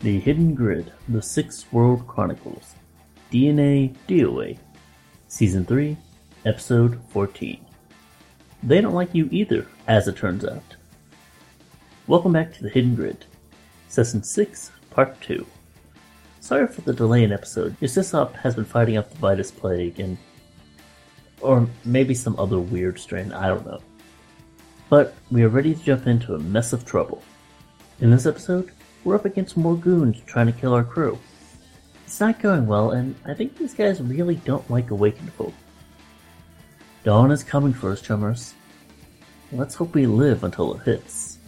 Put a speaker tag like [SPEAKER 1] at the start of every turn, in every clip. [SPEAKER 1] The Hidden Grid, The Six World Chronicles, DNA DOA, Season 3, Episode 14. They don't like you either, as it turns out. Welcome back to The Hidden Grid, Session 6, Part 2. Sorry for the delay in episode. Your Sysop has been fighting off the Vitus Plague and. or maybe some other weird strain, I don't know. But we are ready to jump into a mess of trouble. In this episode, we're up against more goons trying to kill our crew. It's not going well, and I think these guys really don't like awakened folk. Dawn is coming for us, chummers. Let's hope we live until it hits.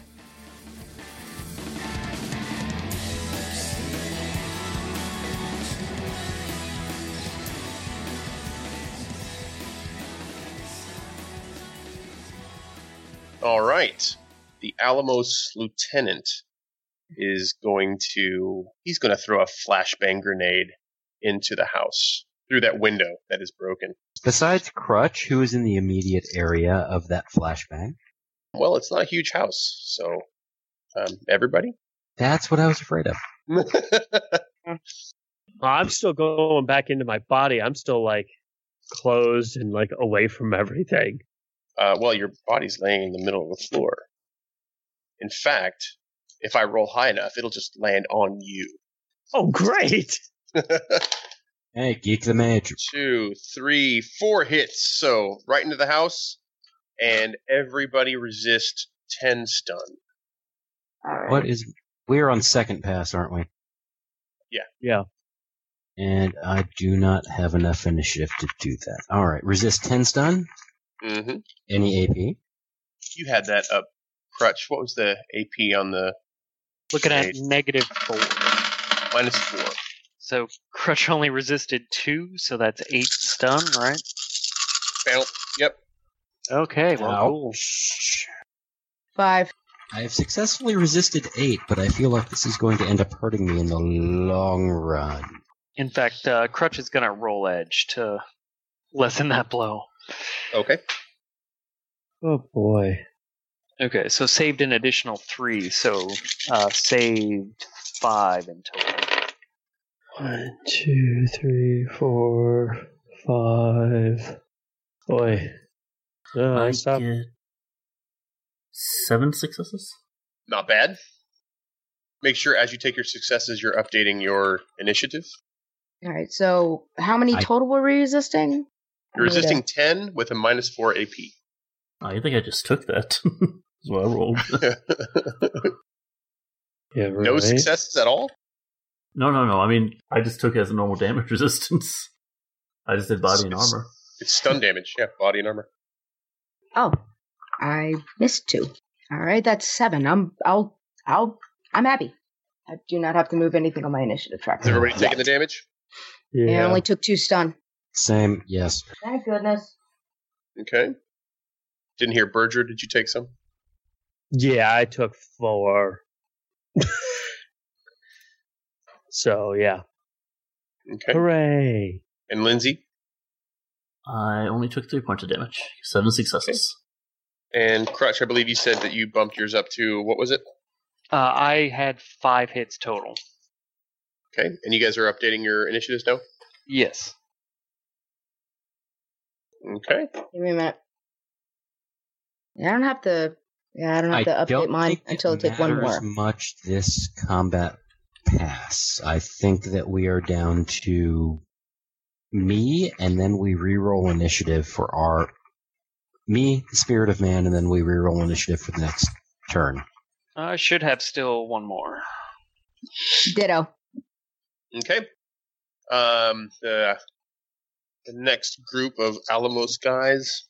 [SPEAKER 2] All right. The Alamos lieutenant is going to he's going to throw a flashbang grenade into the house through that window that is broken.
[SPEAKER 3] Besides Crutch, who is in the immediate area of that flashbang,
[SPEAKER 2] Well, it's not a huge house, so um, everybody. Uh,
[SPEAKER 3] that's what I was afraid of.
[SPEAKER 4] Well, I'm still going back into my body. I'm still like closed and like away from everything.
[SPEAKER 2] uh, well, your body's laying in the middle of the floor. In fact, if I roll high enough, it'll just land on you.
[SPEAKER 4] Oh, great!
[SPEAKER 3] Hey, geek the mage.
[SPEAKER 2] Two, three, four hits. So right into the house, and everybody resist ten stun.
[SPEAKER 5] Alright.
[SPEAKER 3] What is? We're on second pass, aren't we?
[SPEAKER 2] Yeah.
[SPEAKER 4] Yeah.
[SPEAKER 3] And I do not have enough initiative to do that. All right, resist ten stun.
[SPEAKER 2] Mm-hmm.
[SPEAKER 3] Any AP?
[SPEAKER 2] you had that up crutch. What was the AP on the
[SPEAKER 6] Looking at
[SPEAKER 2] Eight.
[SPEAKER 6] negative four.
[SPEAKER 2] minus four?
[SPEAKER 6] So Crutch only resisted two, so that's eight stun, right?
[SPEAKER 2] Bounce. Yep.
[SPEAKER 6] Okay, well, cool.
[SPEAKER 3] Ouch.
[SPEAKER 5] Five.
[SPEAKER 3] I have successfully resisted eight, but I feel like this is going to end up hurting me in the long run.
[SPEAKER 6] In fact, uh, Crutch is going to roll edge to lessen that blow.
[SPEAKER 2] Okay.
[SPEAKER 4] Oh boy.
[SPEAKER 6] Okay, so saved an additional three, so uh, saved five in total.
[SPEAKER 4] One, two, three, four, five. Boy. No,
[SPEAKER 1] I
[SPEAKER 4] Uh, stop.
[SPEAKER 1] get seven successes.
[SPEAKER 2] Not bad. Make sure as you take your successes, you're updating your initiative.
[SPEAKER 5] All right. So, how many
[SPEAKER 3] I-
[SPEAKER 5] total were we resisting?
[SPEAKER 2] You're resisting
[SPEAKER 5] Anita.
[SPEAKER 2] ten with a minus four AP.
[SPEAKER 1] I Oh, think I just took that. That's what I rolled.
[SPEAKER 4] Yeah, right.
[SPEAKER 2] no successes at all.
[SPEAKER 1] No, no, no. I mean, I just took it as a normal damage resistance. I just did body and
[SPEAKER 2] It's-
[SPEAKER 1] armor.
[SPEAKER 2] It's stun damage. Yeah, body and armor.
[SPEAKER 5] Oh, I missed two. All right, that's seven. I'm. I'll. I'll. I'm happy. I do not have to move anything on my initiative tracker.
[SPEAKER 2] Is everybody taking the damage?
[SPEAKER 4] Yeah.
[SPEAKER 5] Yeah, I only took two stun.
[SPEAKER 3] Same, yes.
[SPEAKER 5] Thank goodness.
[SPEAKER 2] Okay. Didn't hear Berger. Did you take some?
[SPEAKER 4] yeah, I took four. so yeah.
[SPEAKER 2] Okay.
[SPEAKER 4] Hooray.
[SPEAKER 2] And Lindsay
[SPEAKER 1] I only took three points of damage. Seven successes.
[SPEAKER 2] and Crutch. I believe you said that you bumped yours up to what was it?
[SPEAKER 6] Uh, I had five hits total.
[SPEAKER 2] Okay. And you guys are updating your initiatives now.
[SPEAKER 6] Yes.
[SPEAKER 2] Okay.
[SPEAKER 5] Give me a minute. Yeah, I don't have to. Yeah, I don't have to update
[SPEAKER 3] don't
[SPEAKER 5] mine
[SPEAKER 3] think it
[SPEAKER 5] until I take one
[SPEAKER 3] matters
[SPEAKER 5] more.
[SPEAKER 3] Much this combat pass. I think that we are down to me, and then we reroll initiative for our me, the spirit of man, and then we reroll initiative for the next turn.
[SPEAKER 6] I should have still one more.
[SPEAKER 5] Ditto.
[SPEAKER 2] Okay. Um, the, the next group of Alamos guys,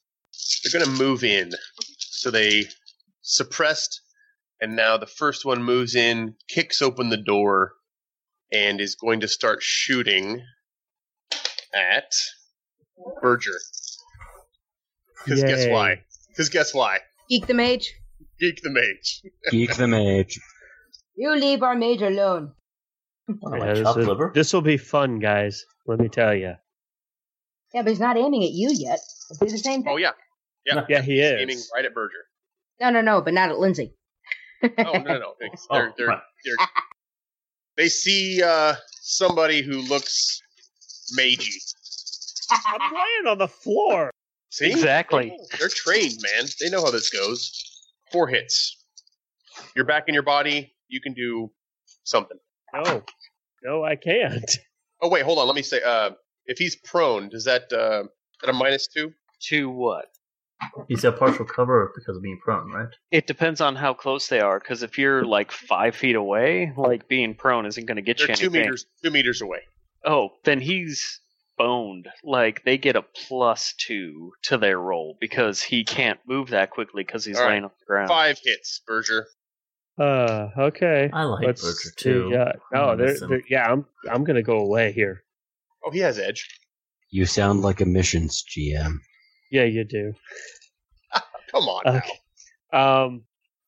[SPEAKER 2] they're going to move in. So they suppressed, and now the first one moves in, kicks open the door, and is going to start shooting at Berger. Because guess
[SPEAKER 4] Yay.
[SPEAKER 2] why? Because guess why?
[SPEAKER 5] Geek the mage.
[SPEAKER 2] Geek the mage.
[SPEAKER 3] Geek the mage.
[SPEAKER 5] You leave our mage alone.
[SPEAKER 1] Wow,
[SPEAKER 4] Yeah,
[SPEAKER 1] like
[SPEAKER 4] this
[SPEAKER 1] chopped
[SPEAKER 4] will-
[SPEAKER 1] liver.
[SPEAKER 4] this will be fun, guys. Let me tell you.
[SPEAKER 5] Yeah, but he's not aiming at you yet. Do the same thing.
[SPEAKER 2] Oh, yeah.
[SPEAKER 4] Yeah, he is.
[SPEAKER 2] Aiming right at Berger.
[SPEAKER 5] No, no, no, but not at Lindsay.
[SPEAKER 2] Oh, no, no, no. Thanks.
[SPEAKER 1] Oh,
[SPEAKER 2] They're, they're,
[SPEAKER 1] right.
[SPEAKER 2] they're, They see uh, somebody who looks magey.
[SPEAKER 4] I'm laying on the floor.
[SPEAKER 2] See? Oh,
[SPEAKER 6] Exactly.
[SPEAKER 2] They're trained, man. They know how this goes. Four hits. You're back in your body. You can do something.
[SPEAKER 4] No, no, I can't.
[SPEAKER 2] Oh wait, hold on. Let me say. Uh, if he's prone, does that uh, at a minus two?
[SPEAKER 6] To what?
[SPEAKER 7] He's got partial cover because of being prone, right?
[SPEAKER 6] It depends on how close they are. Because if you're like five feet away, like being prone isn't going to get
[SPEAKER 2] They're
[SPEAKER 6] you
[SPEAKER 2] two
[SPEAKER 6] anything.
[SPEAKER 2] meters. Two meters away.
[SPEAKER 6] Oh, then he's boned. Like they get a plus two to their roll because he can't move that quickly because he's
[SPEAKER 2] All right.
[SPEAKER 6] laying on the ground.
[SPEAKER 2] Five hits, Berger.
[SPEAKER 4] Uh, okay.
[SPEAKER 7] I like
[SPEAKER 4] Let's
[SPEAKER 7] Berger,
[SPEAKER 4] see.
[SPEAKER 7] too.
[SPEAKER 4] Yeah. No,
[SPEAKER 7] I'm
[SPEAKER 4] they're,
[SPEAKER 7] missing.
[SPEAKER 4] they're- yeah, I'm I'm gonna go away here.
[SPEAKER 2] Oh, he has edge.
[SPEAKER 3] You sound like a missions GM.
[SPEAKER 4] Yeah, you do.
[SPEAKER 2] Come on. now.
[SPEAKER 4] Okay. Um.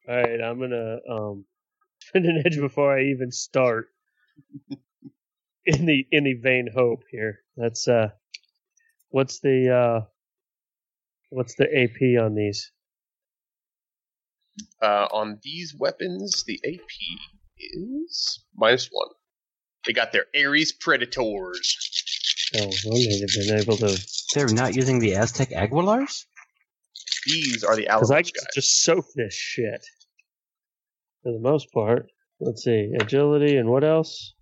[SPEAKER 4] All right, I'm gonna um spend an edge before I even start. in the in the vain hope here. That's uh, what's the uh, what's the AP on these?
[SPEAKER 2] Uh, on these weapons, the AP is minus one. They got their Ares Predators.
[SPEAKER 4] Oh, well, they've been able to
[SPEAKER 3] They're not using the Aztec Aguilars?
[SPEAKER 2] These are the Alamos
[SPEAKER 4] Because I
[SPEAKER 2] guys.
[SPEAKER 4] could just soak this shit. For the most part. Let's see. Agility and what else?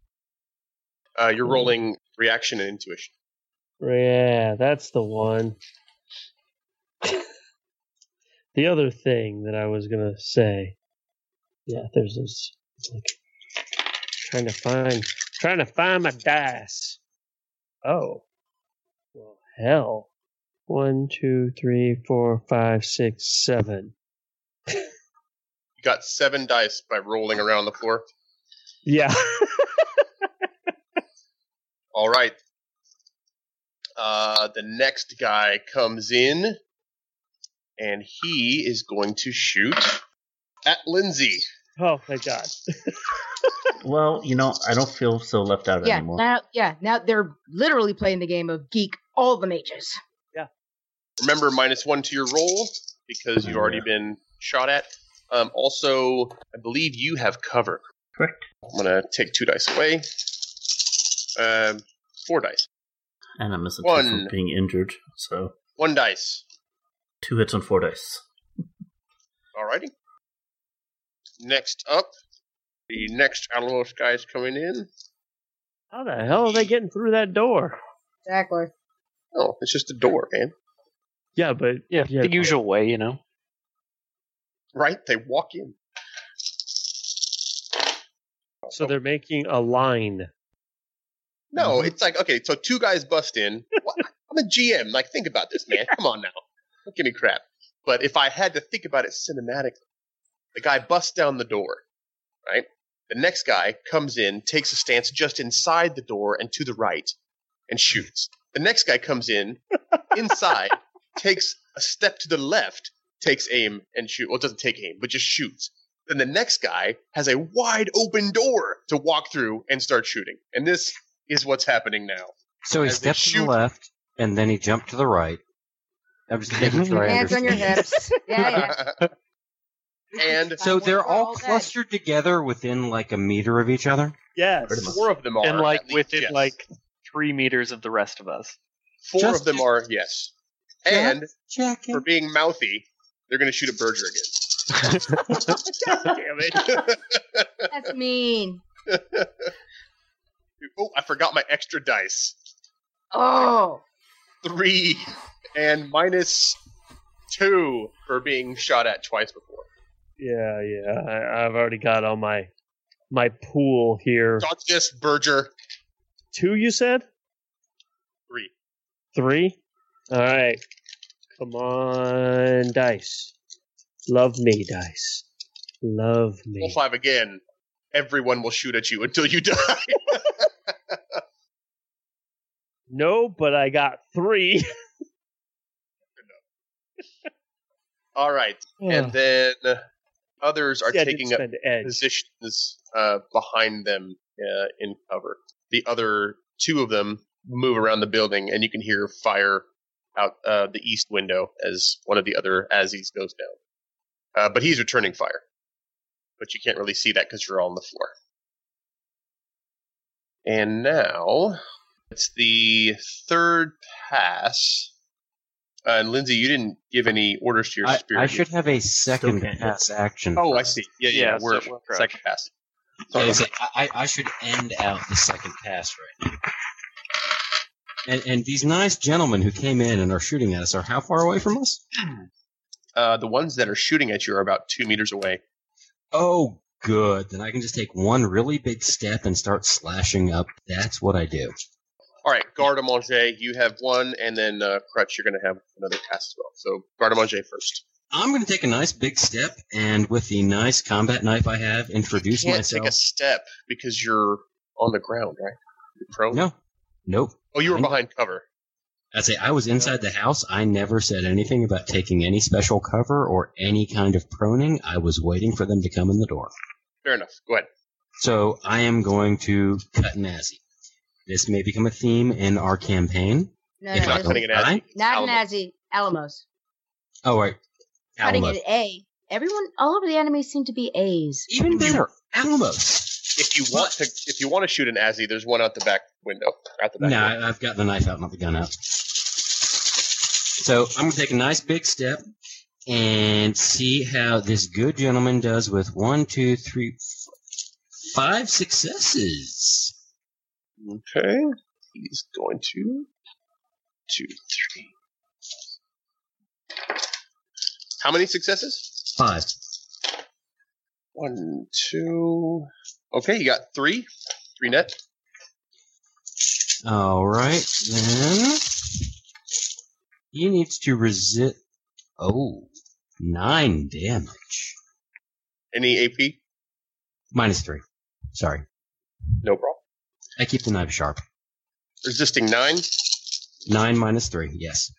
[SPEAKER 2] Uh, you're rolling reaction and intuition.
[SPEAKER 4] Yeah, that's the one. the other thing that I was going to say. Yeah, there's this. It's like trying to find trying to find my dice. Oh. Well, hell. One, two, three, four, five, six, seven.
[SPEAKER 2] You got seven dice by rolling around the floor.
[SPEAKER 4] Yeah.
[SPEAKER 2] All right. Uh, the next guy comes in, and he is going to shoot at Lindsay.
[SPEAKER 4] oh my god.
[SPEAKER 7] Well, you know, I don't feel so left out
[SPEAKER 5] yeah,
[SPEAKER 7] anymore.
[SPEAKER 5] now, yeah. Now they're literally playing the game of geek all the mages.
[SPEAKER 2] Remember, minus one to your roll because you've already been shot at. Um, also, I believe you have cover.
[SPEAKER 7] Correct.
[SPEAKER 2] I'm gonna take two dice away. Um, four dice.
[SPEAKER 7] And I'm missing
[SPEAKER 2] One.
[SPEAKER 7] two from being injured, so
[SPEAKER 2] One dice.
[SPEAKER 7] two hits on four dice.
[SPEAKER 2] Alrighty. Next up, the next Alamos guy's coming in.
[SPEAKER 4] How the hell are they getting through that door?
[SPEAKER 5] Exactly.
[SPEAKER 2] Oh, it's just a door, man.
[SPEAKER 4] Yeah, but
[SPEAKER 6] Yeah,
[SPEAKER 4] Yeah.
[SPEAKER 6] the usual way, you know.
[SPEAKER 2] Right? They walk in.
[SPEAKER 4] so they're making a line.
[SPEAKER 2] No, it's like okay, so two guys bust in. What? I'm a GM. Like, think about this, man. Come on now. Don't give me crap. But if I had to think about it cinematically, the guy busts down the door, right? The next guy comes in, takes a stance just inside the door and to the right, and shoots. The next guy comes in, inside, takes a step to the left, takes aim and shoot. Well, it doesn't take aim, but just shoots. Then the next guy has a wide open door to walk through and start shooting. And this is what's happening now.
[SPEAKER 3] So he
[SPEAKER 2] As they
[SPEAKER 3] stepped to the
[SPEAKER 2] shoot-
[SPEAKER 3] left, and then he jumped to the right. I'm just making sure I
[SPEAKER 5] Hands on
[SPEAKER 3] understand.
[SPEAKER 5] your hips. Yeah, yeah.
[SPEAKER 2] and
[SPEAKER 3] So they're all
[SPEAKER 5] clustered.
[SPEAKER 3] clustered together within like a meter of each other?
[SPEAKER 7] Pretty
[SPEAKER 4] Yes.
[SPEAKER 7] much.
[SPEAKER 2] four of them are.
[SPEAKER 6] and like
[SPEAKER 2] at least,
[SPEAKER 6] within
[SPEAKER 2] yes.
[SPEAKER 6] like three meters of the rest of us.
[SPEAKER 2] four
[SPEAKER 3] Just-
[SPEAKER 2] of them are, yes.
[SPEAKER 3] Yeah.
[SPEAKER 2] And
[SPEAKER 3] Check
[SPEAKER 2] for
[SPEAKER 3] it.
[SPEAKER 2] being mouthy, they're going to shoot a Berger again. Damn it.
[SPEAKER 5] That's mean.
[SPEAKER 2] oh, I forgot my extra dice.
[SPEAKER 5] Oh,
[SPEAKER 2] Three and minus two for being shot at twice before.
[SPEAKER 4] Yeah, yeah. I, I've already got all my my pool here.
[SPEAKER 2] Dodge this, Berger.
[SPEAKER 4] Two, you said?
[SPEAKER 2] Three.
[SPEAKER 4] Three? All right. Come on, dice. Love me, dice. Love
[SPEAKER 2] Roll
[SPEAKER 4] me.
[SPEAKER 2] five again. Everyone will shoot at you until you die.
[SPEAKER 4] No, but I got three.
[SPEAKER 2] All right. And then others are
[SPEAKER 4] See, I did
[SPEAKER 2] taking up
[SPEAKER 4] spend edge.
[SPEAKER 2] positions uh, behind them uh, in cover. The other two of them move around the building, and you can hear fire out uh, the east window as one of the other Aziz goes down. Uh, but he's returning fire, but you can't really see that because you're all on the floor. And now it's the third pass. Uh, and Lindsay, you didn't give any orders to your
[SPEAKER 3] I,
[SPEAKER 2] spirit.
[SPEAKER 3] I
[SPEAKER 2] yet.
[SPEAKER 3] should have a second
[SPEAKER 7] can't hit.
[SPEAKER 3] pass action.
[SPEAKER 2] Oh, I see. Yeah, yeah.
[SPEAKER 6] Yeah,
[SPEAKER 2] we're
[SPEAKER 6] so we're
[SPEAKER 2] second pass.
[SPEAKER 3] Yeah, it's like, I, I I should end out the second pass right now. And, and these nice gentlemen who came in and are shooting at us are how far away from us?
[SPEAKER 2] Uh, the ones that are shooting at you are about two meters away.
[SPEAKER 3] Oh, good. Then I can just take one really big step and start slashing up. That's what I do.
[SPEAKER 2] All right, Garde à Manger, you have one, and then uh, Crutch, you're going to have another pass as well. So Garde à Manger first.
[SPEAKER 3] I'm going to take a nice big step, and with the nice combat knife I have, introduce
[SPEAKER 2] can't
[SPEAKER 3] myself.
[SPEAKER 2] take a step because you're on the ground, right? You're prone.
[SPEAKER 3] no, nope.
[SPEAKER 2] Oh, you were
[SPEAKER 3] Mhm.
[SPEAKER 2] behind cover.
[SPEAKER 3] I say I was inside the house. I never said anything about taking any special cover or any kind of proning. I was waiting for them to come in the door.
[SPEAKER 2] Fair enough. Go ahead.
[SPEAKER 3] So I am going to cut Nazi. This may become a theme in our campaign.
[SPEAKER 5] No,
[SPEAKER 3] If
[SPEAKER 5] no,
[SPEAKER 3] I
[SPEAKER 5] just-
[SPEAKER 2] Cutting an
[SPEAKER 3] Alright.
[SPEAKER 2] Nazi.
[SPEAKER 5] not
[SPEAKER 2] Alamo.
[SPEAKER 5] Nazi. Alamos.
[SPEAKER 3] Oh wait,
[SPEAKER 5] Cutting
[SPEAKER 3] Alamos.
[SPEAKER 5] it A. Everyone, all of the enemies seem to be A's.
[SPEAKER 3] Even better, Alamos.
[SPEAKER 2] If you want to, if you want to shoot an Azzy, there's one out the back window. Out the back.
[SPEAKER 3] No,
[SPEAKER 2] window.
[SPEAKER 3] I- I've got the knife out, not the gun out. So I'm gonna take a nice big step and see how this good gentleman does with one, two, three, f- five successes.
[SPEAKER 2] Okay. He's going to two, three. How many successes?
[SPEAKER 3] Five.
[SPEAKER 2] One, two. Okay, you got three. Three net.
[SPEAKER 3] All right, then. He needs to resist. Oh, nine damage.
[SPEAKER 2] Any AP?
[SPEAKER 3] Minus three. Sorry.
[SPEAKER 2] No problem.
[SPEAKER 3] I keep the knife sharp.
[SPEAKER 2] Resisting nine.
[SPEAKER 3] Nine minus three, yes.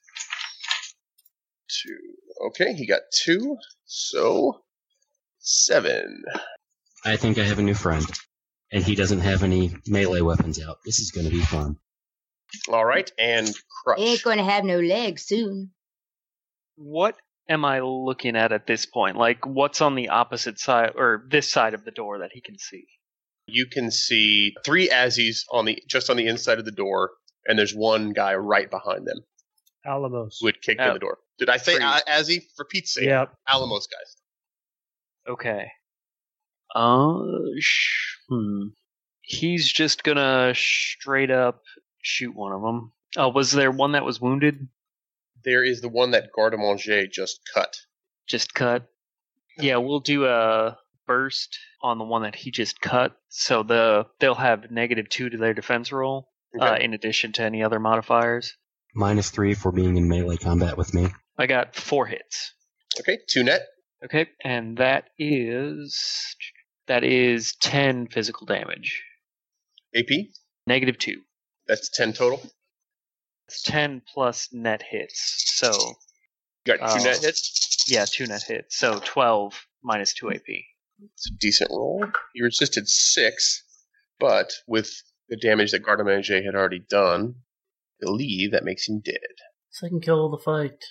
[SPEAKER 2] Two. Okay, he got two. So seven.
[SPEAKER 3] I think I have a new friend. And he doesn't have any melee weapons out. This is going to be fun.
[SPEAKER 2] All right, and crutch.
[SPEAKER 5] Ain't gonna have no legs soon.
[SPEAKER 6] What am I looking at at this point? Like, what's on the opposite side or this side of the door that he can see?
[SPEAKER 2] you can see three Azzies on the just on the inside of the door, and there's one guy right behind them
[SPEAKER 4] Alamos.
[SPEAKER 2] who had kicked in
[SPEAKER 6] Oh.
[SPEAKER 2] the door. Did I say
[SPEAKER 6] Three.
[SPEAKER 2] uh, Azzy? For Pete's sake,
[SPEAKER 4] Yep.
[SPEAKER 2] Alamos guys.
[SPEAKER 6] Okay. Uh, sh- hmm. He's just gonna straight up shoot one of them. Oh, was there one that was wounded?
[SPEAKER 2] There is the one that Garde Manger just cut.
[SPEAKER 6] Just cut. Yeah, we'll do a burst on the one that he just cut. So the they'll have negative two to their defense roll, uh, in addition to any other modifiers.
[SPEAKER 3] Minus three for being in melee combat with me.
[SPEAKER 6] I got four hits.
[SPEAKER 2] okay, two net.
[SPEAKER 6] Okay, and that is that is ten physical damage.
[SPEAKER 2] AP.
[SPEAKER 6] Negative two.
[SPEAKER 2] That's ten total.
[SPEAKER 6] It's ten plus net hits. So
[SPEAKER 2] You got two
[SPEAKER 6] Oh.
[SPEAKER 2] net hits.
[SPEAKER 6] yeah, two net hits. So twelve minus two AP.
[SPEAKER 2] It's a decent roll. You resisted six, but with the damage that Garde Manger had already done, I believe that makes him dead.
[SPEAKER 7] Second kill of the fight.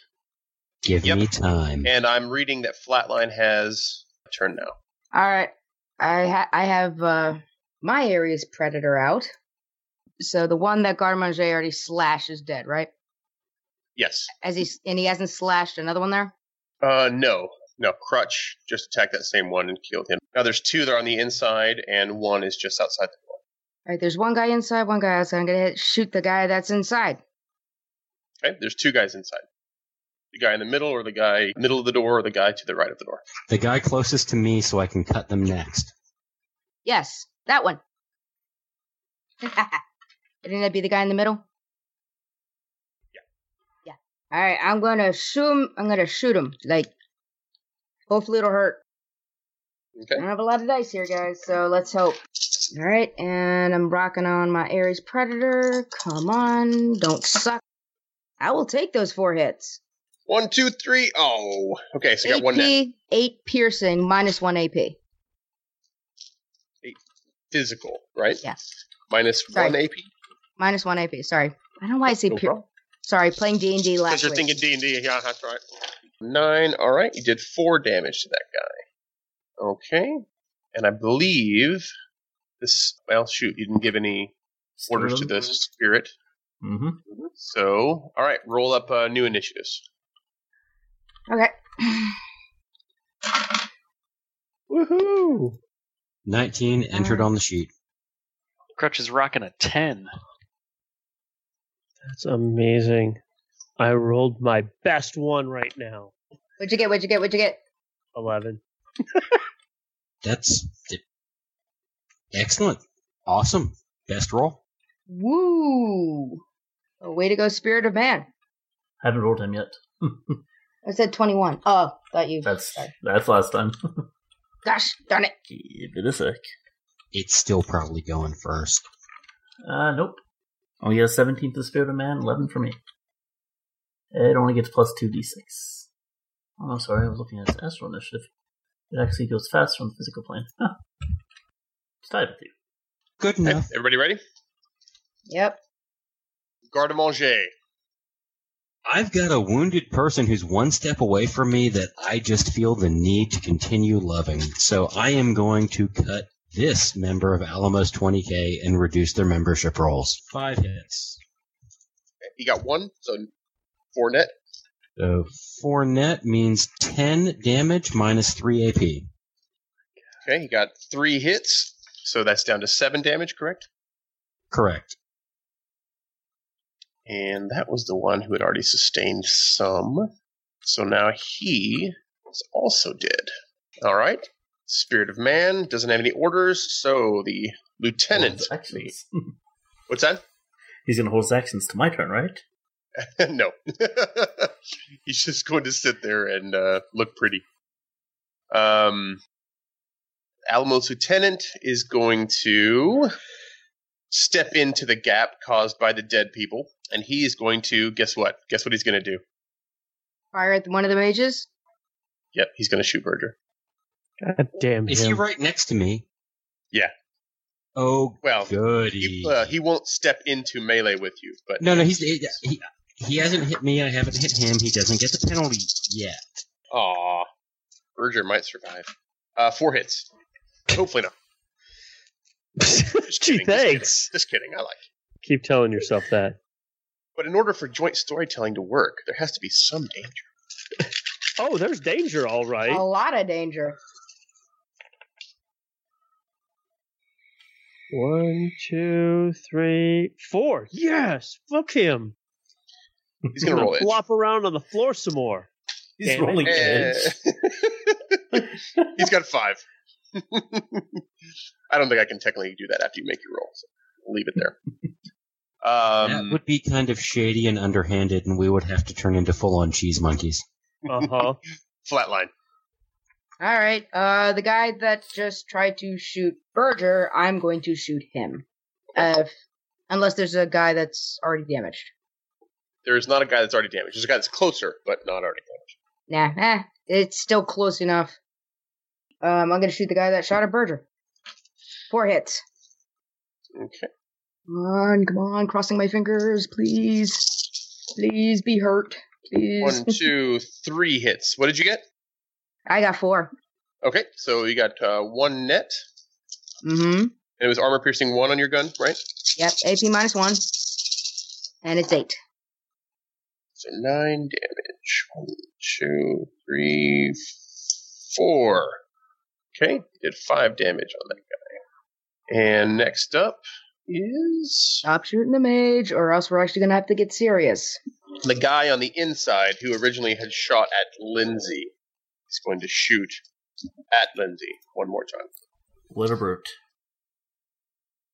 [SPEAKER 3] Give
[SPEAKER 2] Yep.
[SPEAKER 3] me time.
[SPEAKER 2] And I'm reading that Flatline has a turn now.
[SPEAKER 5] All right, I ha- I have uh, my area's predator out. So the one that Garmanger already slashed is dead, right?
[SPEAKER 2] Yes.
[SPEAKER 5] As he and he hasn't slashed another one there.
[SPEAKER 2] Uh, no, no. Crutch just attacked that same one and killed him. Now there's two that are on the inside, and one is just outside the door.
[SPEAKER 5] All right, there's one guy inside, one guy outside. I'm gonna hit, shoot the guy that's inside.
[SPEAKER 2] Okay, there's two guys inside. The guy in the middle, or the guy middle of the door, or the guy to the right of the door.
[SPEAKER 3] The guy closest to me so I can cut them next.
[SPEAKER 5] Yes, that one. Didn't that be the guy in the middle? Yeah. Yeah. All right, I'm gonna shoot him. I'm gonna shoot him. Like, hopefully it'll hurt. I
[SPEAKER 2] Okay,
[SPEAKER 5] don't have a lot of dice here, guys, so let's hope. All right, and I'm rocking on my Aries Predator. Come on, don't suck. I will take those four hits.
[SPEAKER 2] one, two, three. Oh, okay. So you got
[SPEAKER 5] AP,
[SPEAKER 2] one net
[SPEAKER 5] eight piercing, minus one AP.
[SPEAKER 2] physical, right?
[SPEAKER 5] Yes,
[SPEAKER 2] Minus
[SPEAKER 5] Sorry.
[SPEAKER 2] one AP
[SPEAKER 5] minus one AP. Sorry, I don't know why I say
[SPEAKER 2] Oh, No
[SPEAKER 5] pure.
[SPEAKER 2] problem.
[SPEAKER 5] Sorry, playing D and D
[SPEAKER 2] because
[SPEAKER 5] last
[SPEAKER 2] you're
[SPEAKER 5] week.
[SPEAKER 2] thinking D and D. Yeah, that's right. Nine. All right, you did four damage to that guy. Okay, and I believe this. Well, shoot, you didn't give any orders to the spirit.
[SPEAKER 1] Mm-hmm.
[SPEAKER 2] So, all right, roll up uh, new initiatives.
[SPEAKER 5] Okay.
[SPEAKER 4] Woohoo!
[SPEAKER 3] 19 entered on the sheet.
[SPEAKER 6] Crutch is rocking a 10.
[SPEAKER 4] That's amazing. I rolled my best one right now.
[SPEAKER 5] What'd you get? What'd you get? What'd you get?
[SPEAKER 4] Eleven.
[SPEAKER 3] That's excellent. Awesome. Best roll.
[SPEAKER 5] Woo! Oh, way to go, spirit of man.
[SPEAKER 1] Haven't rolled him yet.
[SPEAKER 5] I said 21. Oh, thought you.
[SPEAKER 1] That's that's last time.
[SPEAKER 5] Gosh, darn it.
[SPEAKER 7] Give it a sec.
[SPEAKER 3] It's still probably going first.
[SPEAKER 1] Uh, nope. Only has 17 for the Spirit of Man, 11 for me. It only gets plus 2d6. Oh, I'm sorry, I was looking at its astral initiative. It actually goes faster on the physical plane. Huh. It's tied with you.
[SPEAKER 3] Good
[SPEAKER 2] Okay,
[SPEAKER 3] enough.
[SPEAKER 2] everybody ready?
[SPEAKER 5] Yep.
[SPEAKER 2] Garde manger.
[SPEAKER 3] I've got a wounded person who's one step away from me that I just feel the need to continue loving. So I am going to cut this member of Alamos 20K and reduce their membership rolls. Five hits.
[SPEAKER 2] You got one, so four net.
[SPEAKER 3] So four net means 10 damage minus 3 AP.
[SPEAKER 2] Okay, you got three hits, so that's down to seven damage, correct?
[SPEAKER 3] Correct.
[SPEAKER 2] And that was the one who had already sustained some. So now he is also dead. All right. Spirit of Man doesn't have any orders, so the
[SPEAKER 1] Hold
[SPEAKER 2] lieutenant.
[SPEAKER 1] his actions.
[SPEAKER 2] What's that?
[SPEAKER 1] He's going to hold his actions to my turn, right?
[SPEAKER 2] no. He's just going to sit there and uh, look pretty. Um, Alamo's lieutenant is going to step into the gap caused by the dead people, and he is going to guess what? Guess what he's going to do?
[SPEAKER 5] Fire at one of the mages.
[SPEAKER 2] Yep, he's going to shoot Berger.
[SPEAKER 4] God damn
[SPEAKER 3] Is he
[SPEAKER 4] him.
[SPEAKER 3] right next to me?
[SPEAKER 2] Yeah.
[SPEAKER 3] Oh,
[SPEAKER 2] Well,
[SPEAKER 3] goody.
[SPEAKER 2] he, uh, he won't step into melee with you, but
[SPEAKER 3] no, no, he's he, he, he hasn't hit me. I haven't hit him. He doesn't get the penalty yet.
[SPEAKER 2] aw, Berger might survive. Uh, four hits. Hopefully not. Just
[SPEAKER 4] Gee,
[SPEAKER 2] kidding, just kidding,
[SPEAKER 4] thanks.
[SPEAKER 2] Just kidding. I like. it.
[SPEAKER 4] Keep telling yourself that.
[SPEAKER 2] But in order for joint storytelling to work, there has to be some danger.
[SPEAKER 4] Oh, there's danger, all right.
[SPEAKER 5] A lot of danger.
[SPEAKER 4] One, two, three, four. Yes, fuck him.
[SPEAKER 2] He's gonna roll it.
[SPEAKER 4] Flop around on the floor some more.
[SPEAKER 1] He's
[SPEAKER 4] Damn it.
[SPEAKER 1] rolling
[SPEAKER 2] Eh.
[SPEAKER 1] edge.
[SPEAKER 2] He's got five. I don't think I can technically do that after you make your roll. So we'll leave it there.
[SPEAKER 3] that
[SPEAKER 2] Um,
[SPEAKER 3] would be kind of shady and underhanded, and we would have to turn into full on cheese monkeys.
[SPEAKER 4] Uh huh.
[SPEAKER 2] flatline.
[SPEAKER 5] All right. Uh, the guy that just tried to shoot Berger, I'm going to shoot him. Uh, if- unless there's a guy that's already damaged.
[SPEAKER 2] There is not a guy that's already damaged. There's a guy that's closer, but not already damaged.
[SPEAKER 5] Nah, eh, it's still close enough. Um, I'm gonna shoot the guy that shot at Berger. Four hits.
[SPEAKER 2] Okay.
[SPEAKER 5] Come on, come on, crossing my fingers, please. Please be hurt. Please.
[SPEAKER 2] One, two, three hits. What did you get?
[SPEAKER 5] I got four.
[SPEAKER 2] Okay, so you got uh, one net,
[SPEAKER 5] Mm-hmm.
[SPEAKER 2] and it was armor piercing one on your gun, right?
[SPEAKER 5] Yep, AP minus one. And it's eight.
[SPEAKER 2] So nine damage. One, two, three, four. Okay, did five damage on that guy. And next up is
[SPEAKER 5] Stop shooting the mage, or else we're actually gonna have to get serious.
[SPEAKER 2] the guy on the inside who originally had shot at Lindsay. He's going to shoot at Lindsay one more time.
[SPEAKER 1] What a brute.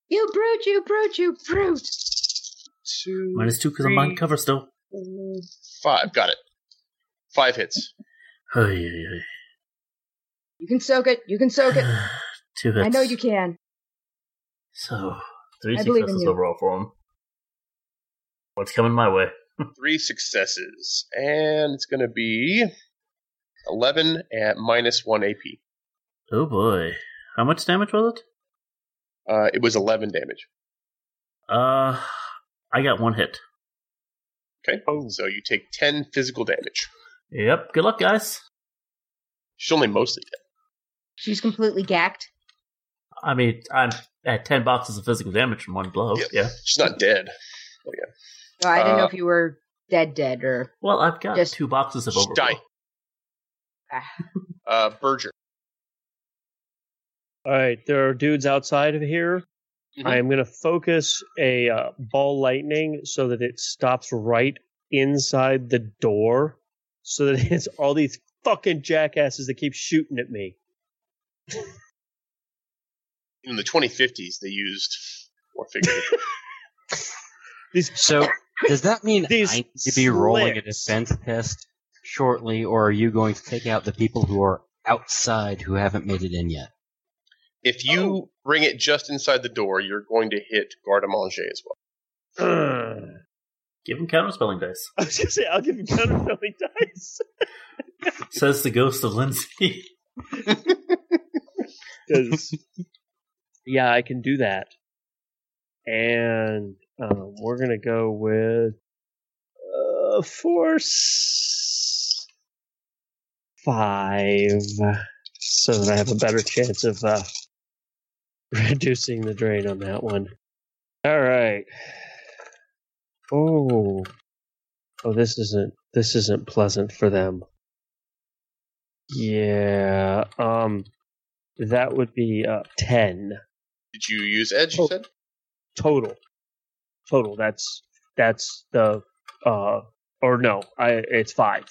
[SPEAKER 5] You brute, you brute, you brute!
[SPEAKER 2] Two,
[SPEAKER 1] Minus two because I'm behind cover still.
[SPEAKER 2] four, five. Got it. Five hits.
[SPEAKER 1] Ay, ay,
[SPEAKER 5] You can soak it, you can soak it.
[SPEAKER 1] ay. two hits.
[SPEAKER 5] I know you can.
[SPEAKER 1] So, three
[SPEAKER 5] I believe in
[SPEAKER 1] successes
[SPEAKER 5] you.
[SPEAKER 1] overall for him. What's coming my way?
[SPEAKER 2] Three successes, and it's going to be eleven at minus one AP.
[SPEAKER 1] Oh boy. How much damage was it?
[SPEAKER 2] Uh, it was eleven damage.
[SPEAKER 1] Uh, I got one hit.
[SPEAKER 2] Okay.
[SPEAKER 4] Oh.
[SPEAKER 2] So you take 10 physical damage.
[SPEAKER 1] Yep. Good luck, guys.
[SPEAKER 2] She's only mostly dead.
[SPEAKER 5] She's completely gacked.
[SPEAKER 1] I mean, I'm at ten boxes of physical damage from one blow.
[SPEAKER 2] Yep.
[SPEAKER 1] Yeah.
[SPEAKER 2] She's not dead.
[SPEAKER 5] No, I didn't know
[SPEAKER 2] Uh,
[SPEAKER 5] if you were dead, dead, or
[SPEAKER 1] Well, I've got
[SPEAKER 5] Just-
[SPEAKER 1] two boxes of
[SPEAKER 2] Just
[SPEAKER 1] overflow.
[SPEAKER 2] die. Uh, Berger.
[SPEAKER 4] All right, there are dudes outside of here.
[SPEAKER 2] Mhm.
[SPEAKER 4] I am going to focus a uh, ball lightning so that it stops right inside the door, so that it's all these fucking jackasses that keep shooting at me.
[SPEAKER 2] In the 2050s, they used more figurative.
[SPEAKER 4] These
[SPEAKER 3] So does that mean
[SPEAKER 4] These
[SPEAKER 3] I need to be rolling a
[SPEAKER 4] slicks.
[SPEAKER 3] defense test shortly, or are you going to take out the people who are outside who haven't made it in yet?
[SPEAKER 2] if you
[SPEAKER 4] Oh.
[SPEAKER 2] bring it just inside the door, you're going to hit garde à manger as well.
[SPEAKER 4] I
[SPEAKER 1] Give him counterspelling dice.
[SPEAKER 4] was going to say I'll give him counterspelling dice.
[SPEAKER 1] Says the ghost of Lindsay.
[SPEAKER 4] 'Cause, yeah, I can do that. And um, we're going to go with uh, force five so that I have a better chance of uh, reducing the drain on that one. All right. Oh. Oh, this isn't this isn't pleasant for them. Yeah. Um that would be uh 10
[SPEAKER 2] Did you use edge? You
[SPEAKER 4] Oh.
[SPEAKER 2] said
[SPEAKER 4] total total that's that's the uh or no i it's five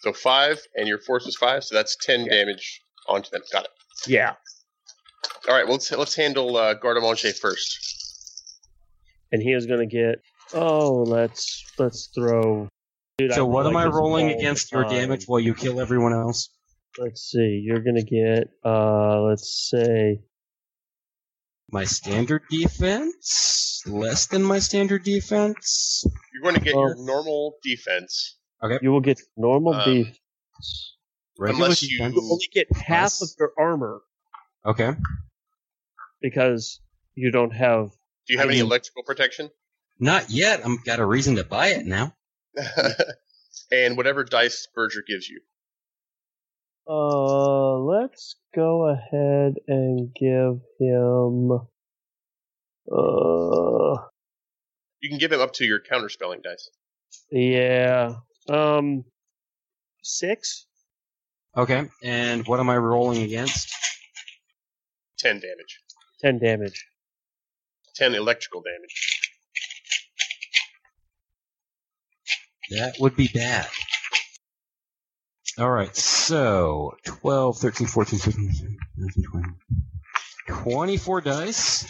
[SPEAKER 2] so five, and your force was five, so that's ten
[SPEAKER 4] Yeah.
[SPEAKER 2] damage onto them. Got it.
[SPEAKER 4] yeah
[SPEAKER 2] All right, well, let's let's handle uh, garde à manger first.
[SPEAKER 4] and he is gonna get oh let's let's throw Dude,
[SPEAKER 3] so
[SPEAKER 4] feel
[SPEAKER 3] what am
[SPEAKER 4] like
[SPEAKER 3] I
[SPEAKER 4] this
[SPEAKER 3] rolling
[SPEAKER 4] all the
[SPEAKER 3] against your
[SPEAKER 4] time.
[SPEAKER 3] damage while you kill everyone else?
[SPEAKER 4] let's see you're gonna get uh let's say
[SPEAKER 3] My standard defense? Less than my standard defense?
[SPEAKER 2] You're going to get your
[SPEAKER 4] Oh.
[SPEAKER 2] normal defense.
[SPEAKER 4] you will get normal
[SPEAKER 2] Uh,
[SPEAKER 4] beef
[SPEAKER 3] Regular
[SPEAKER 2] Unless you-
[SPEAKER 4] you will
[SPEAKER 3] defense?
[SPEAKER 4] only get half of
[SPEAKER 3] plus-
[SPEAKER 4] your armor
[SPEAKER 3] Okay.
[SPEAKER 4] because you don't have
[SPEAKER 2] Do you have
[SPEAKER 4] I
[SPEAKER 2] any
[SPEAKER 4] mean-
[SPEAKER 2] electrical protection?
[SPEAKER 3] Not yet. I've got a reason to buy it now.
[SPEAKER 2] and whatever dice Berger gives you.
[SPEAKER 4] uh let's go ahead and give him uh
[SPEAKER 2] You can give him up to your counterspelling dice.
[SPEAKER 4] Yeah. Um six?
[SPEAKER 3] Okay. And what am I rolling against?
[SPEAKER 2] Ten damage.
[SPEAKER 4] Ten damage.
[SPEAKER 2] Ten electrical damage.
[SPEAKER 3] That would be bad. All right, so 12, 13, 14, 15, 16, 19, 20. 24 dice.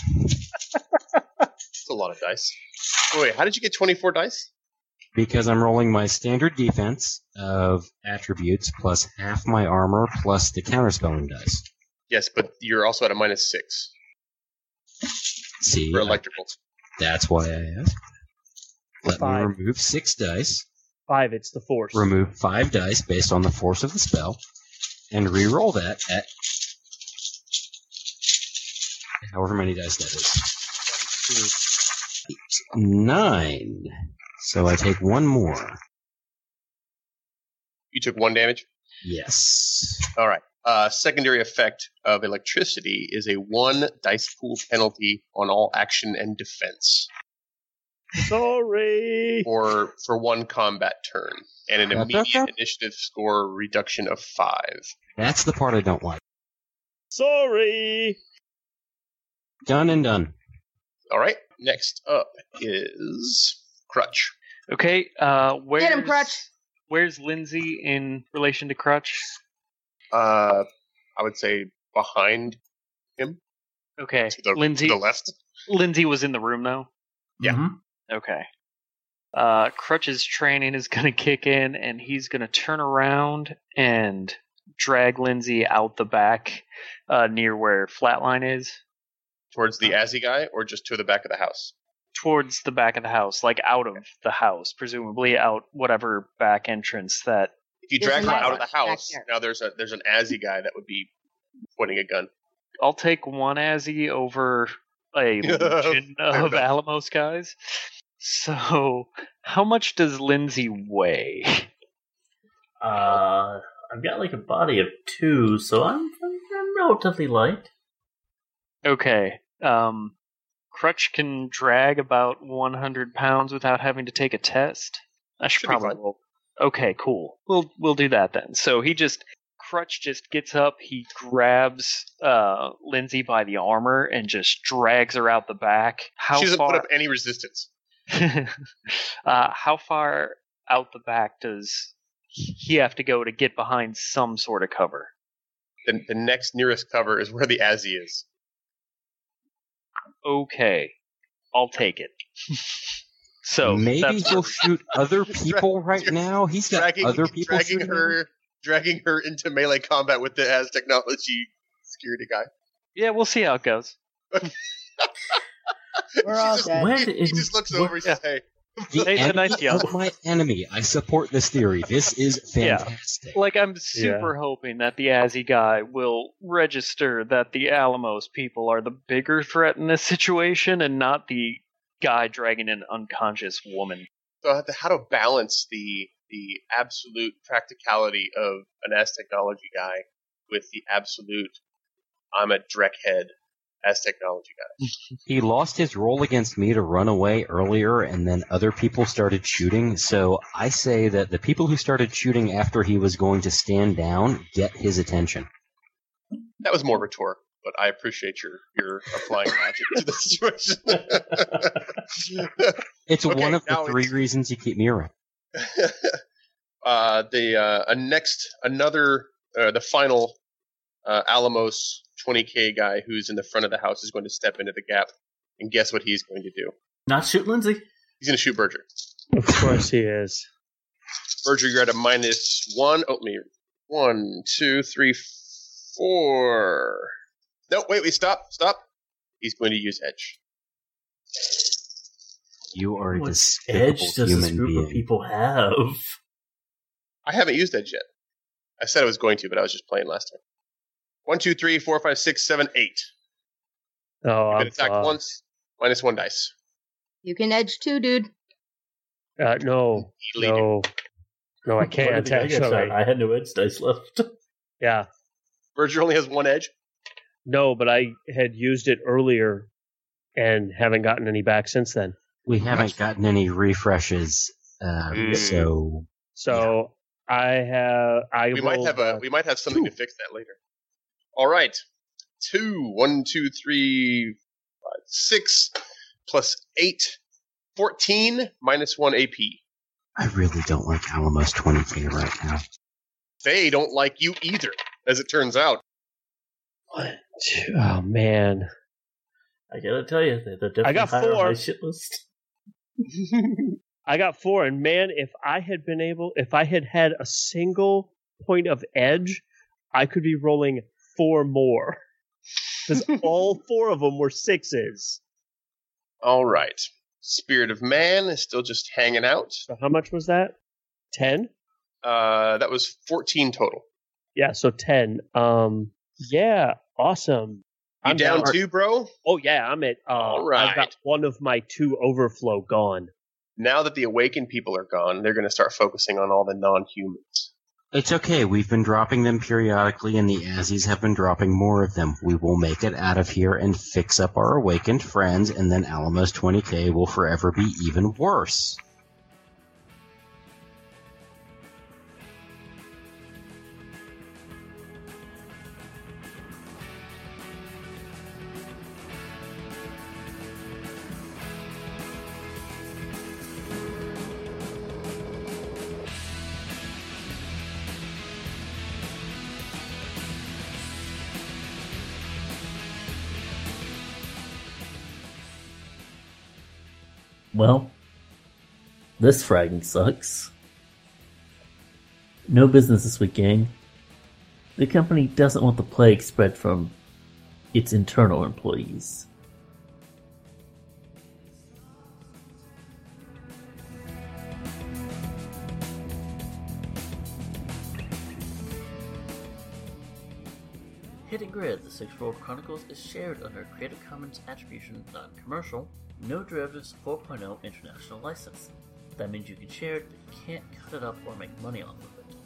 [SPEAKER 2] That's a lot of dice. Oh, wait, how did you get 24 dice?
[SPEAKER 3] because I'm rolling my standard defense of attributes plus half my armor plus the counterspelling dice.
[SPEAKER 2] Yes, but you're also at a minus six
[SPEAKER 3] See,
[SPEAKER 2] for electrical.
[SPEAKER 3] that's why I asked. Let
[SPEAKER 4] Five.
[SPEAKER 3] me remove six dice,
[SPEAKER 4] Five, it's the force.
[SPEAKER 3] remove five dice based on the force of the spell, and re-roll that at however many dice that is. Nine. So I take one more.
[SPEAKER 2] You took one damage.
[SPEAKER 3] Yes.
[SPEAKER 2] All right. Uh, secondary effect of electricity is a one dice pool penalty on all action and defense
[SPEAKER 4] Sorry.
[SPEAKER 2] for for one combat turn, and an immediate initiative score reduction of five.
[SPEAKER 3] That's the part I don't like.
[SPEAKER 4] Sorry.
[SPEAKER 3] Done and done.
[SPEAKER 2] All right. Next up is Crutch.
[SPEAKER 6] Okay, uh, where's,
[SPEAKER 5] him, Crutch.
[SPEAKER 6] Where's Lindsay in relation to Crutch?
[SPEAKER 2] Uh, I would say behind
[SPEAKER 6] Okay,
[SPEAKER 2] to the,
[SPEAKER 6] Lindsay.
[SPEAKER 2] to the left.
[SPEAKER 6] Lindsay was in the room though.
[SPEAKER 2] Yeah.
[SPEAKER 1] Mhm.
[SPEAKER 6] Okay. Uh, Crutch's training is going to kick in, and he's going to turn around and drag Lindsay out the back uh, near where Flatline is,
[SPEAKER 2] towards the Azzy guy, or just to the back of the house.
[SPEAKER 6] towards the back of the house, like out of the house, presumably out whatever back entrance that.
[SPEAKER 2] If you
[SPEAKER 5] There's
[SPEAKER 2] drag
[SPEAKER 5] an
[SPEAKER 2] her out
[SPEAKER 5] Azzy
[SPEAKER 2] of the
[SPEAKER 5] back
[SPEAKER 2] house,
[SPEAKER 5] there.
[SPEAKER 2] now there's a there's an Azzy guy that would be pointing a gun.
[SPEAKER 6] I'll take one Azzy over a legion of
[SPEAKER 2] enough.
[SPEAKER 6] Alamos guys. So, how much does Lindsay weigh?
[SPEAKER 1] Uh, I've got like a body of two, so I'm, I'm relatively light.
[SPEAKER 6] Okay. Um, Crutch can drag about 100 pounds without having to take a test. I should,
[SPEAKER 2] Should be
[SPEAKER 6] probably.
[SPEAKER 2] fine.
[SPEAKER 6] roll. Okay, cool. We'll we'll do that then. So he just Crutch just gets up. He grabs uh, Lindsay by the armor and just drags her out the back. How
[SPEAKER 2] she doesn't
[SPEAKER 6] far?
[SPEAKER 2] put up any resistance.
[SPEAKER 6] uh, how far out the back does he have to go to get behind some sort of cover?
[SPEAKER 2] The, the next nearest cover is where the Azzy is.
[SPEAKER 6] Okay, I'll take it. so
[SPEAKER 3] Maybe
[SPEAKER 6] that's-
[SPEAKER 3] he'll shoot other people right now. He's got
[SPEAKER 2] Dragging,
[SPEAKER 3] other people
[SPEAKER 2] dragging
[SPEAKER 3] shooting him?
[SPEAKER 2] her, dragging her into melee combat with the Az technology security guy.
[SPEAKER 6] yeah, we'll see how it goes.
[SPEAKER 5] We're
[SPEAKER 2] She
[SPEAKER 5] all
[SPEAKER 2] just-
[SPEAKER 5] dead.
[SPEAKER 1] When
[SPEAKER 2] He, he
[SPEAKER 1] is-
[SPEAKER 2] just looks
[SPEAKER 1] what-
[SPEAKER 2] over and says, "Hey,
[SPEAKER 3] The
[SPEAKER 6] Hey, it's a
[SPEAKER 3] enemy
[SPEAKER 6] nice job.
[SPEAKER 3] of my enemy. I support this theory. This is
[SPEAKER 6] Yeah.
[SPEAKER 3] fantastic.
[SPEAKER 6] Like I'm super hoping that the Azzy guy will register that the Alamos people are the bigger threat in this situation and not the guy dragging an unconscious woman.
[SPEAKER 2] so I have to- how to balance the the absolute practicality of an Az technology guy with the absolute I'm a dreckhead Az technology guy."
[SPEAKER 3] He lost his role against me to run away earlier, and then other people started shooting. So I say that the people who started shooting after he was going to stand down get his attention.
[SPEAKER 2] That was more rhetoric, but I appreciate your your applying logic to the situation.
[SPEAKER 3] It's
[SPEAKER 2] Okay,
[SPEAKER 3] one of the
[SPEAKER 2] now
[SPEAKER 3] three
[SPEAKER 2] it's-
[SPEAKER 3] reasons you keep me around.
[SPEAKER 2] uh, the uh, a next another uh, the final uh, Alamos 20k guy who's in the front of the house is going to step into the gap, and guess what he's going to do?
[SPEAKER 1] Not shoot Lindsay.
[SPEAKER 2] He's going to shoot Berger.
[SPEAKER 4] Of course he is.
[SPEAKER 2] Berger, you're at a minus one. Oh, let me one, two, three, four. No, wait, wait, stop, stop. He's going to use edge.
[SPEAKER 3] You are a
[SPEAKER 1] What
[SPEAKER 3] despicable
[SPEAKER 1] edge does this
[SPEAKER 3] human
[SPEAKER 1] group of
[SPEAKER 3] being.
[SPEAKER 1] people have?
[SPEAKER 2] I haven't used edge yet. I said I was going to, but I was just playing last time. One, two, three, four, five, six, seven, eight.
[SPEAKER 4] Oh,
[SPEAKER 2] You've
[SPEAKER 4] I'm
[SPEAKER 2] been attacked
[SPEAKER 4] fucked.
[SPEAKER 2] once, minus one dice.
[SPEAKER 5] You can edge too, dude.
[SPEAKER 4] Uh, no,
[SPEAKER 2] Lead it.
[SPEAKER 4] no, no, I
[SPEAKER 1] Why
[SPEAKER 4] can't
[SPEAKER 1] did the guy
[SPEAKER 4] attack
[SPEAKER 1] get shot?
[SPEAKER 4] somebody.
[SPEAKER 1] I had no edge dice left.
[SPEAKER 4] Yeah,
[SPEAKER 2] Berger only has one edge.
[SPEAKER 4] no, but I had used it earlier and haven't gotten any back since then.
[SPEAKER 3] We haven't gotten any refreshes, um,
[SPEAKER 2] Mm.
[SPEAKER 3] so
[SPEAKER 4] So I have. I
[SPEAKER 2] We might
[SPEAKER 4] rolled,
[SPEAKER 2] have a
[SPEAKER 4] uh,
[SPEAKER 2] we might have something
[SPEAKER 4] two.
[SPEAKER 2] to fix that later. All right, two, one, two, three, five, six, plus eight, 14, minus one AP.
[SPEAKER 3] I really don't like Alamos 20k right now.
[SPEAKER 2] They don't like you either, as it turns out.
[SPEAKER 4] one, two- Oh man,
[SPEAKER 1] I gotta tell you, they're they're definitely
[SPEAKER 4] I got
[SPEAKER 1] higher on
[SPEAKER 4] four.
[SPEAKER 1] my shit list.
[SPEAKER 4] I got four, and man, if I had been able, if I had had a single point of edge, I could be rolling four more because all four of them were sixes.
[SPEAKER 2] All right, Spirit of Man is still just hanging out.
[SPEAKER 4] So how much was that? Ten.
[SPEAKER 2] Uh, that was fourteen total.
[SPEAKER 4] Yeah, so ten. Um, yeah, awesome.
[SPEAKER 2] You
[SPEAKER 4] I'm
[SPEAKER 2] down,
[SPEAKER 4] down.
[SPEAKER 2] two, bro?
[SPEAKER 4] Oh yeah, I'm at. Uh,
[SPEAKER 2] All
[SPEAKER 4] I've
[SPEAKER 2] right.
[SPEAKER 4] got one of my two overflow gone.
[SPEAKER 2] Now that the awakened people are gone, they're going to start focusing on all the non-humans.
[SPEAKER 3] It's okay. We've been dropping them periodically, and the Azzies have been dropping more of them. We will make it out of here and fix up our awakened friends, and then Alamos 20k will forever be even worse.
[SPEAKER 7] Well, this fragging sucks. No business this week, gang. The company doesn't want the plague spread from its internal employees.
[SPEAKER 1] Hidden Grid, the Six World Chronicles, is shared under a Creative Commons Attribution, non commercial, no derivatives 4.0 international license. That means you can share it, but you can't cut it up or make money off of it.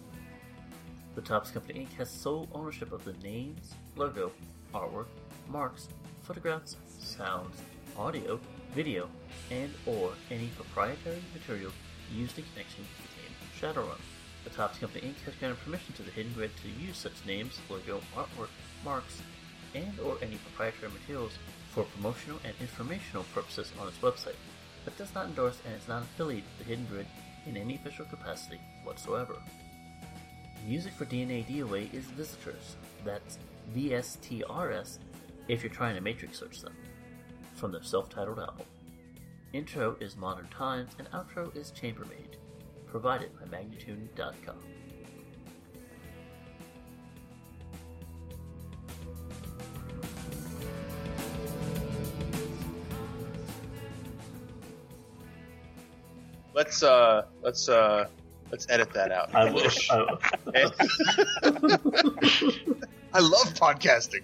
[SPEAKER 1] The Tops Company Inc. has sole ownership of the names, logo, artwork, marks, photographs, sounds, audio, video, and or any proprietary material used in connection with the name Shadowrun. The Tops Company Inc. has granted permission to the Hidden Grid to use such names, logo, artwork, marks, and or any proprietary materials for promotional and informational purposes on its website, but does not endorse and is not affiliated with the Hidden Grid in any official capacity whatsoever. Music for DNA DOA is Visitors. That's VSTRS if you're trying to matrix search them. From their self titled album. Intro is Modern Times and outro is Chambermaid. Provided by Magnitude.com.
[SPEAKER 2] Let's uh let's uh let's edit that out.
[SPEAKER 1] I will. I will.
[SPEAKER 2] I love podcasting.